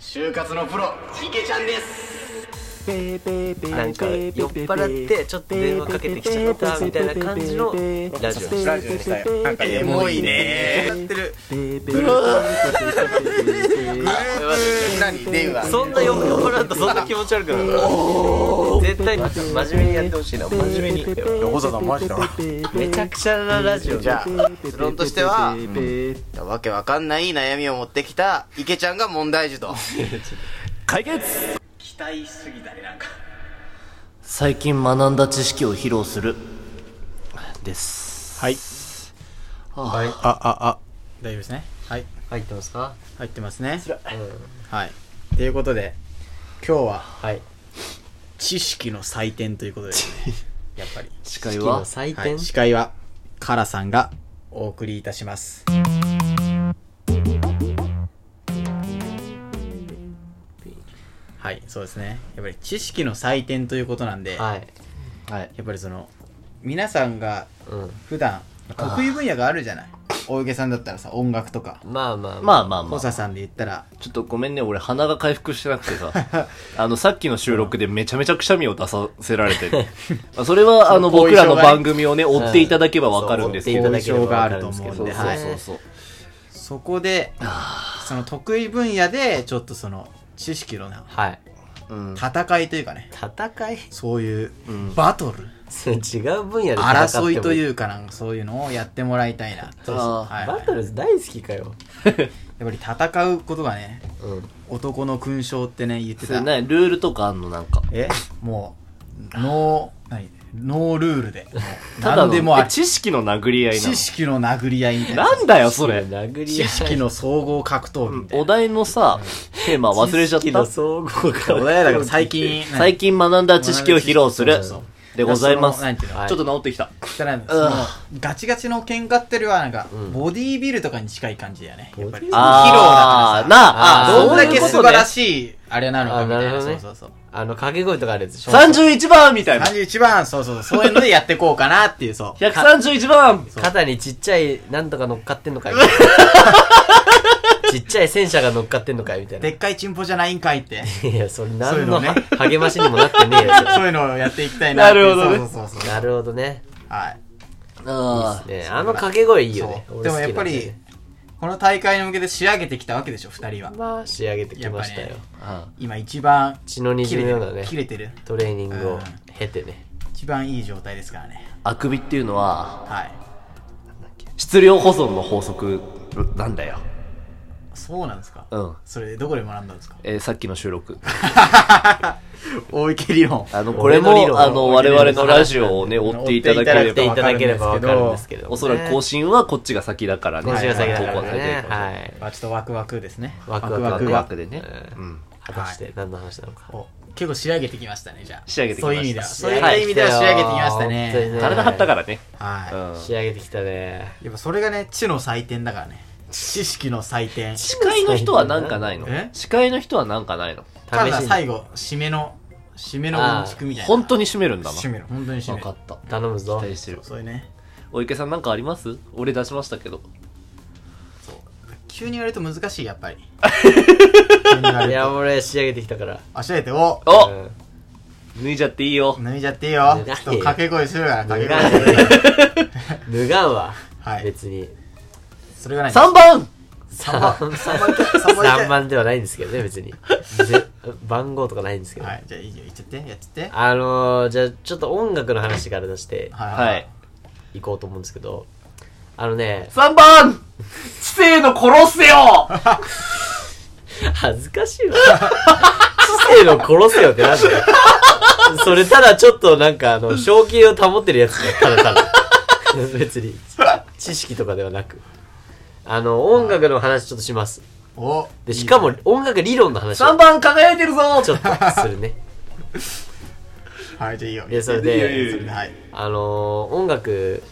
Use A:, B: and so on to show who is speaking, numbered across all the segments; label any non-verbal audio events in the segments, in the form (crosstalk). A: 就活のプロ池ちゃんです
B: なんか酔っ払ってちょっと電話かけてきちゃったみたいな感じのラジオにした
C: ラジオにしたいなんか
A: エモいねやってる何電話
B: そんな酔っ払うとそんな気持ち悪くなる絶対真面目にやってほしいな真面目に
C: 横澤さんマジだな
B: めちゃくちゃなラジオ
A: じゃあ結論としては、わけわかんない悩みを持ってきた池ちゃんが問題児と
D: 解決
A: 期待しすぎたねなんか
D: 最近学んだ知識を披露するです
E: はい
B: はい
E: あああ大丈夫ですねはい
B: 入ってますか
E: 入ってますねはいということで今日は
B: はい
E: 知識の祭典ということですねやっぱり
D: 司会は
B: 祭
E: は
B: 典
E: い、司会はカラさんがお送りいたしますはいそうですねやっぱり知識の祭典ということなんで、
B: はい
D: はい
E: やっぱりその皆さんが
B: うん
E: 普段得意分野があるじゃない大げさんだったらさ音楽とか
B: まあまあ
D: まあまあま
E: 補
D: あ
E: 佐さんで言ったら
D: ちょっとごめんね俺鼻が回復してなく
E: (laughs)
D: てさあのさっきの収録でめちゃめちゃくしゃみを出させられて
E: (laughs)
D: まあそれはあの
E: 後遺
D: 僕
E: 症が
D: ら
E: ね
D: の番組をね追っていただけばわかるんですけ
B: そう追
D: ど
E: 後
B: っ
E: 遺
B: て
E: 症
B: いただければ
E: が
B: わ
E: あ
B: か
E: る
B: るん
E: と
B: ですけ
E: 思う
B: ど
E: んで
B: そうそう
E: はい
B: そう
D: そう
E: そこでその得意分野でちょっとその知識のな
B: はい
D: うん
E: 戦いというかね
B: 戦い
E: そういうバトル、
B: そう違う分野で戦っても
E: 争いというかなんかそういうのをやってもらいたいな
B: そう
D: あー
E: はい
B: バトル大好きかよ
E: やっぱり戦うことがね
B: うん
E: 男の勲章ってね言って
D: それ
E: た
D: ねルールとかあんのなんか
E: えもうノー何ノールールでもう
D: ただ
E: 何
D: の
E: でもあ
D: え
E: り
D: 知識の殴り合いな
E: 知
D: の
E: 識の殴り合いみたいな
D: なんだよそれ
B: 殴り合
E: 知
B: い
E: 識の総合格闘技みたい
D: お題のさテーマ忘れちゃっ
B: 知識の
D: た
B: 総合か
E: なお題だから最近
D: 最近学んだ知識を披露する
E: そうそう
D: でございます
E: そのなんていうの
D: ちょっと治ってきた
E: だからそのガチガチの喧嘩ってよりはなんか、ボディービルとかに近い感じだよねやっぱり
D: あー
E: だからさ
D: なあ
B: ー
E: どんだけ
B: そういう
E: 素
B: ことね
E: 晴らしいあれなのかみたいな
B: あーなるほどね
E: そうそうそう
B: あの掛け声とかあるやつ
D: 31番みたいな
E: 31番そうそうそうそういうのでやってこうかなっていうそう
D: 131番
B: 肩にちっちゃいなんとか乗っかって
E: (laughs)
B: んのかいちっちゃい戦車が乗っかってんのかいみたいな
E: で。っかいチンポじゃないんかいって
B: いや、そ
E: そ
B: れ
E: ういう
B: 何
E: の
B: の
E: ね
B: 励ましにもなってねえよ。
E: そういうのをやっていきたいなっていう
D: なるほどね
E: そうそうそうそう
B: なるほどね。
E: はい
D: あ
B: ねあの掛け声いいよね。
E: そう
B: 俺
E: で
B: 好
E: もや
B: き
E: っぱりこの大会に向けて仕上げてきたわけでしょ2人は
B: なんでね、仕上げてきました
E: や
B: よ
E: っ。
D: あ
E: 今一番
B: 血の滲
E: 切れ
B: む
E: て
B: ような
E: る
B: ね、
E: 切れてる
B: トレーニング
E: う
B: を
E: ん
B: 経てね。
E: 一番いい状態ですからね
D: あくびっていうのは
E: はい
D: 質量保存の法則なんだよ
E: そうなんですか
D: うん
E: それどこで学んだんですか
D: えーさっきの収録
E: (laughs) 大池理論
D: あのこれも
B: 俺の理論
D: あの
B: 俺
D: 我
B: の理
D: 々
B: 論
D: のラジオをね追っていただけ
B: や
D: れ
B: って
D: ば
B: いただければわかるんですけど。
D: おそらく更
B: 新
D: 新はこっちが先だからね
B: 更新は先だ
D: 投
B: か
D: 稿
B: ら
D: されてる
B: ね。
D: かもしれない
B: はい。
E: まあちょっとワクワクですね
B: ワクワクはね
D: ワクでね
B: う
D: うん
B: 果たして何の話なのか。
E: お結構仕上げてきましたねじゃあ
D: 仕上げてきま
E: そう
D: し
E: い
D: た
E: う意味ではそう
D: はい
E: いう意味では仕上げてきましたね
B: 本当にね
D: 体張ったからねう
E: は
D: ん
B: 仕上げてきたね。
E: いやっぱそれがね知の祭典だからね知識の祭典
D: 司会の人はなんかないの
E: え
D: 司会の人はなんかないの
E: た
B: 試
E: だ
B: しに
E: 最後締めの締めの
B: あー
E: うんちくみたいな
D: 本当に締めるんだな
E: 締める本当に締
D: 分
E: め
D: か
E: る
D: った
B: 頼むぞ
D: 期。待してる
E: そういうね
D: お池さんなんかあります俺出しましたけど
E: 急に言われると難しいやっぱり
B: (laughs) い
E: い
B: や、
E: や
B: 俺仕上げてきたから。
E: あ仕上げてお
D: お
B: うん
D: 脱いじゃっていいよ
E: 脱いじゃっていいよ
B: 脱がへんよ
E: ちょっと掛け声するから
B: 脱
E: 掛
B: が
E: け
B: ん
E: 声
B: ね (laughs) 脱がんわ。
E: はい
B: 別に。
E: それがない
D: 3番
E: 三番三番三番
B: 3番ではないんですけどね、別に。ぜ番号とかないんですけど。
E: はいじゃあいいよいっちゃってやっちゃって
B: あのー、じゃあちょっと音楽の話から出して
E: は
D: はい
B: いこうと思うんですけど、あのね、
D: 3番知性の殺せよ
B: 恥ずかしいわ。 (laughs) 知性の殺せよってなんだよ。それただちょっとなんかあ
E: (laughs)
B: の、正気を保ってるやつだよ、ただただ。別に、知識とかではなく。あの、音楽の話ちょっとします。
E: (laughs) お
B: で、しかも音楽理論の話を
D: 3番輝いてるぞ
B: ちょっとするね。
E: はいじゃあいいよ
B: で、それ
D: いやいやいや
B: で、
E: それではい
B: あのー、音楽、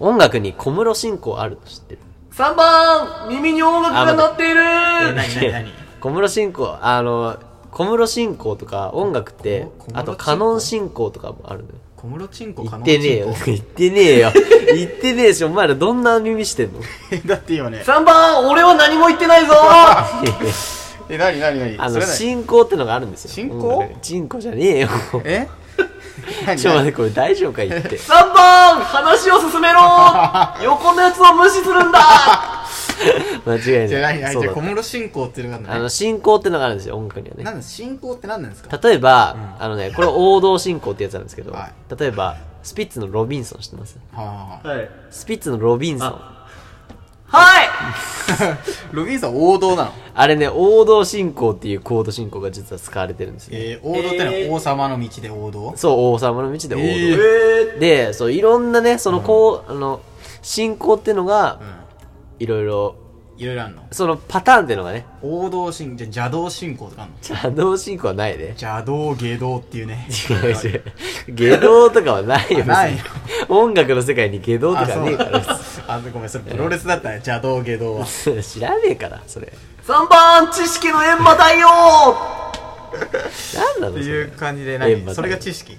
B: 音楽に小室進行あるの知ってる
D: 3番耳に音楽が鳴ってい
E: え
D: る
E: 何何何
B: 小室進行、あのー、小室進行とか音楽って
E: 小、室進行
B: あとカノン進行とかもあるのよ。
E: 小室チンコ
B: 言
E: 可
B: っ
E: 能
B: てねえよ。言ってねえよ。言ってねえし、お前らどんな耳して
E: (laughs)
B: んの
E: だって今ね
D: 3番俺は何も言ってないぞ
A: え、なになになに
B: あの、進行ってのがあるんですよ。
E: 進行
B: 音楽にチンコじゃねえよ。
E: え何
B: (laughs) ちょ、待って、これ大丈夫か言って。
D: 3番話を進めろ横のやつを無視するんだ
B: (laughs) 間違い
E: じゃあ
B: な
E: 何
B: い。
E: 何
B: そう
E: じ
B: だ
E: ゃあ小室進行っていうのがあ
B: あ
E: るんだ
B: の、
E: ね
B: 進行ってのがあるんですよ、音楽にはね。
E: なんだ進行って何なんですか
B: 例えば、あのね、これ王道進行ってやつなんですけど、
E: は
B: 例えば、スピッツのロビンソン知ってます
E: はあ
D: はい
B: スピッツのロビンソン。あ
D: はい
E: ロビンさん王道なの
B: れね、王道進行っていうコード進行が実は使われてるんですよ、ね
E: えー、王道ってのは王様の道で王道
B: そう、王様の道で王道。
E: え
D: え
B: で、そう、いろんなね、そのこう、あの、進行ってのが、いろいろ、
E: いろいろあんの
B: そのパターンってのがね、
E: 王道進じゃあ邪道進行とかあんの
B: 邪道進行はないね。 (laughs)
E: 邪道下道っていうね
B: 違う違う。下道とかはないよ、
E: ない
B: 別に (laughs) 音楽の世界に下道と
E: あ
B: か
E: そう
B: ねえから別に。
E: (laughs) あごめんそれプロレスだったね邪道下道は
B: (laughs) 知らねえからそれ
D: 3番知識の閻魔大王
B: 何な
E: っ
B: の
E: て
B: そ
E: い
B: れ
E: う感じで
B: え
E: 何
B: また
E: それが知識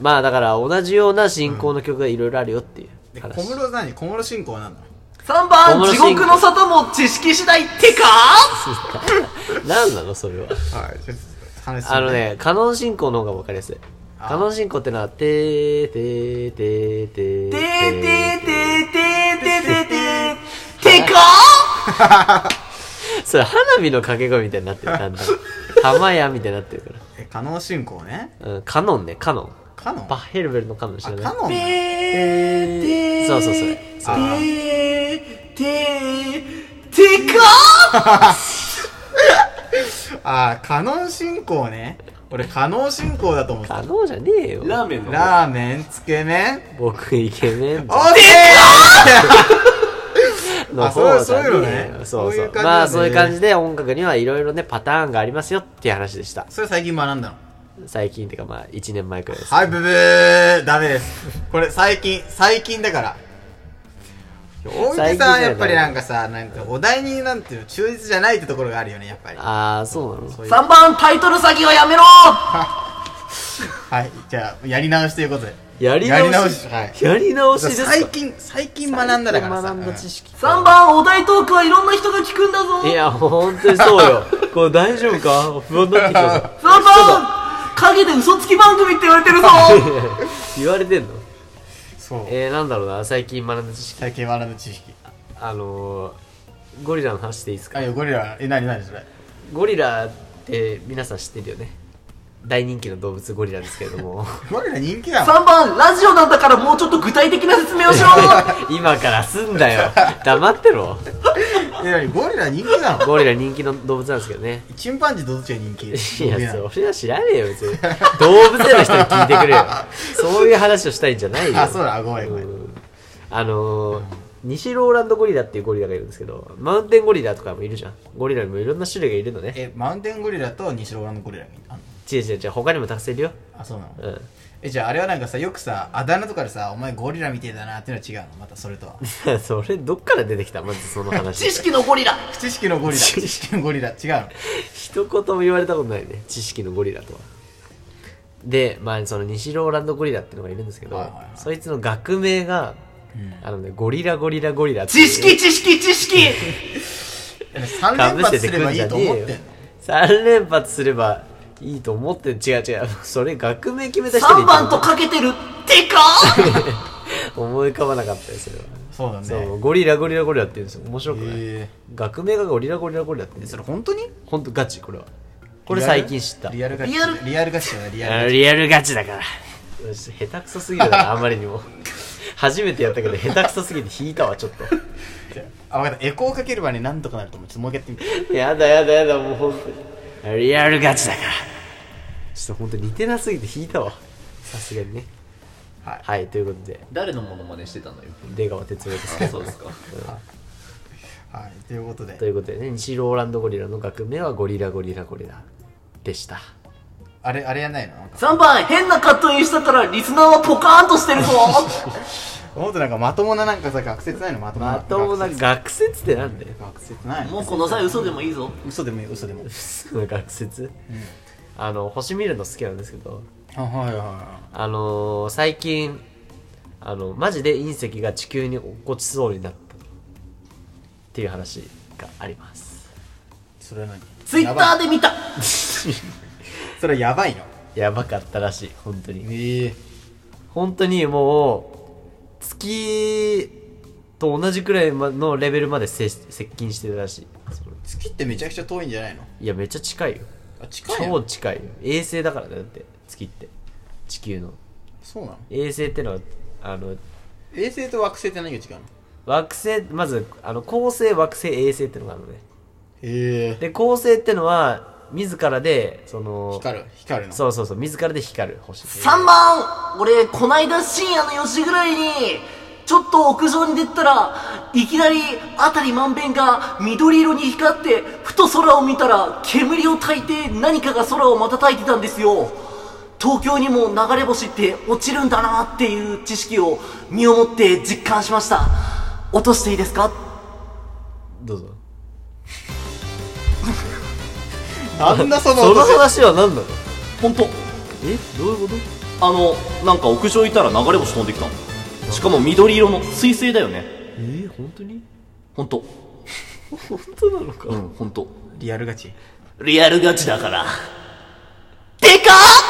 B: まあだから同じような進行の曲がいろいろあるよっていう
E: で
B: 話
E: 小室何小室進行は何なの
D: 3
B: 小
D: 番
B: 室
D: 地
B: 進行
D: 獄の沙汰も知識次第ってか
B: 何なのそれは
E: はいちょっと話す
B: あのねカノン進行の方が分かりやすいカノン進行ってのはてーてーてーてー
D: て
B: ー
D: ーてーてーてーてーてーてーてか
B: それ花火の掛け声みたいになってるだんだん玉屋みたいになってるか
E: えカノン進行ね
B: ら、うん、カノンねカノン
E: カノン
B: バッヘルベルのカノン知ら
E: あ
B: ない
E: カノンなの
B: そうそうそれ
E: あー
D: てーてーてか
E: (laughs) あーカノン進行ね俺カノン進行だと思って
B: カノンじゃねえよ
D: ーメン
E: ラーメンつけ麺
B: 僕イケメン
E: オッケー
B: の
E: あそう
B: 方だ
E: そういうのね
B: そう
E: そう
B: そ
E: いう
B: う
E: 感じなんだね
B: まあそういう感じで音楽にはいろいろねパターンがありますよっていう話でした
E: (laughs) それ最近学んだの
B: 最近っていうかまあ1年前くらいです
E: はい、ブブーダメです。これ最近、最近だから。大池
B: 最近
E: さん、
B: だよ
E: やっぱりなんかさ、なんかお題になんていうの、忠実じゃないってところがあるよね、やっぱり。
B: ああそうなの
E: そういう
D: 3番タイトル詐欺はやめろ
E: はい、じゃあ、やり直しということで。
B: やり直し
E: はい。
B: やり直しですか
E: 最近、最近学んだだからさ。
B: 学んだ知識
D: 3番お題トークはいろんな人が聞くんだぞ
B: いや本当にそうよこれ大丈夫か不安になってきたぞ
D: 3番陰で嘘つき番組って言われてるぞ
B: 言われてんの
E: うんそう。
B: えー、なんだろうな最近学んだ知識
E: 最近学んだ知識。
B: あのー、ゴリラの話でいいですか
E: あ、いや、ゴリラ、え、なになにそれ。
B: ゴリラって皆さん知ってるよね大人気の動物ゴリラですけれども
E: ゴリラ人気なの
D: 3番ラジオなんだからもうちょっと具体的な説明をしろ
B: (laughs) 今からすんだよ黙ってろ
E: え、なにゴリラ人気なの
B: ゴリラ人気の動物なんですけどね
E: チンパンジーどっちが人気
B: いや
E: ゴリラ
B: それは知らねえよ別に動物園の人に聞いてくれよそういう話をしたいんじゃないよ
E: あ、そうだ、ごめんごめん。
B: うんあのー西ローランドゴリラっていうゴリラがいるんですけどマウンテンゴリラとかもいるじゃんゴリラにもいろんな種類がいるのね
E: え、マウンテンゴリラと西ローランドゴリラがいるあんの
B: 違う違う違う他にもたくさんいるよ
E: あ、そうなの
B: うん (laughs)
E: えじゃああれはなんかさよくさあだ名とかでさ「お前ゴリラみてえだな」っていうのは違うのまたそれとは
B: それどっから出てきたまずその話
D: 知識のゴリラ
E: 不知識のゴリラ知識のゴリラ違うの
B: 一言も言われたことないね知識のゴリラとはでまあその西ローランドゴリラっていうのがいるんですけど、
E: はいはいはい
B: そいつの学名が、あのねゴリラゴリラゴリラっていう
D: 知識知識知識
E: 3
B: か
E: 連
B: ぶせ
E: 発
B: て
E: す
B: く
E: れば
B: ん
E: い
B: じゃ
E: いと
B: ね
E: 思っ
B: え
E: て
B: よ
E: んの
B: 3連発すればいいと思って違う違うそれ学名決めた人に
D: 3番とかけてるてか
B: (laughs) 思い浮かばなかったよそれは、
E: そうだね
B: そうゴリラゴリラゴリラって言うんですよ面白くない、
E: え
B: 学名がゴリラゴリラゴリラって言うんです
E: そ
B: よ
E: れ本当に
B: ほんとガチこれはこれ最近知った
E: リアルガチ
D: リアル
E: リアルガチだねリア
B: あ
E: ル
B: の
E: ガチ
B: リアルガチだからよし下手くそすぎる (laughs) なあんまりにも初めてやったけど下手くそすぎて引いたわちょっ
E: あ分かったエコーかければねなんとかなると思うちょっともう一回やってみて
B: とやだやだやだもう本当にリアルガチだからちょっと本当に似てなすぎて引いたわさすがにね
E: はい
B: はいということで
D: 誰のモノマネしてたのよ
B: 出川哲朗ですけど
D: そうですか
E: はいということで
B: ということでね西ローランドゴリラの学名はゴリラゴリラゴリラでした
E: あれあれやんないのなんか
D: 3番変なカットインしたからリスナーはポカーンとしてる (laughs) ぞ
E: もっとなんかまともななんかさ学説ないのまともな
B: まともな
E: 学説
B: 学説ってなんだよ
E: 学説ないの
D: もうこの際嘘でもいいぞ
E: 嘘でもいい嘘でも
B: その学説あの星見るの好きなんですけど
E: あはいは
B: あのー最近あのマジで隕石が地球に落っこちそうになったっていう話があります
E: いそれは何
B: ツイッターで見た
E: それはやばいの
B: やばかったらしい本当に
E: ええ
B: 本当にもう月と同じくらいまのレベルまで接接近してるらしいその
E: 月ってめちゃくちゃ遠いんじゃないの
B: いやめっちゃ近いよ
E: あ近い
B: 超
E: の
B: 近いよ衛星だからねだって月って地球の
E: そうなの
B: 衛星ってのはあの
E: 衛星と惑星って何が違うの
B: 惑星まずあの恒星惑星衛星ってのがあるのね
E: へえ
B: で恒星ってのは自らでその
E: 光る光るの
B: そうそうそう自らで光る星
F: 3番俺、こないだ深夜の4時ぐらいに、ちょっと屋上に出たら、いきなり、あたりまんべんが緑色に光って、ふと空を見たら、煙を焚いて何かが空を瞬いてたんですよ。東京にも流れ星って落ちるんだなっていう知識を身をもって実感しました。落としていいですか
B: どうぞ
E: あんなその
B: その話は何なの
D: 本当
B: えどういうこと
D: あのなんか屋上いたら流れ星飛んできたのしかも緑色の水星だよね
B: えー、本当に
D: 本当
B: 本当なのか、
D: うん本当
E: リアルガチ
D: リアルガチだからでかっ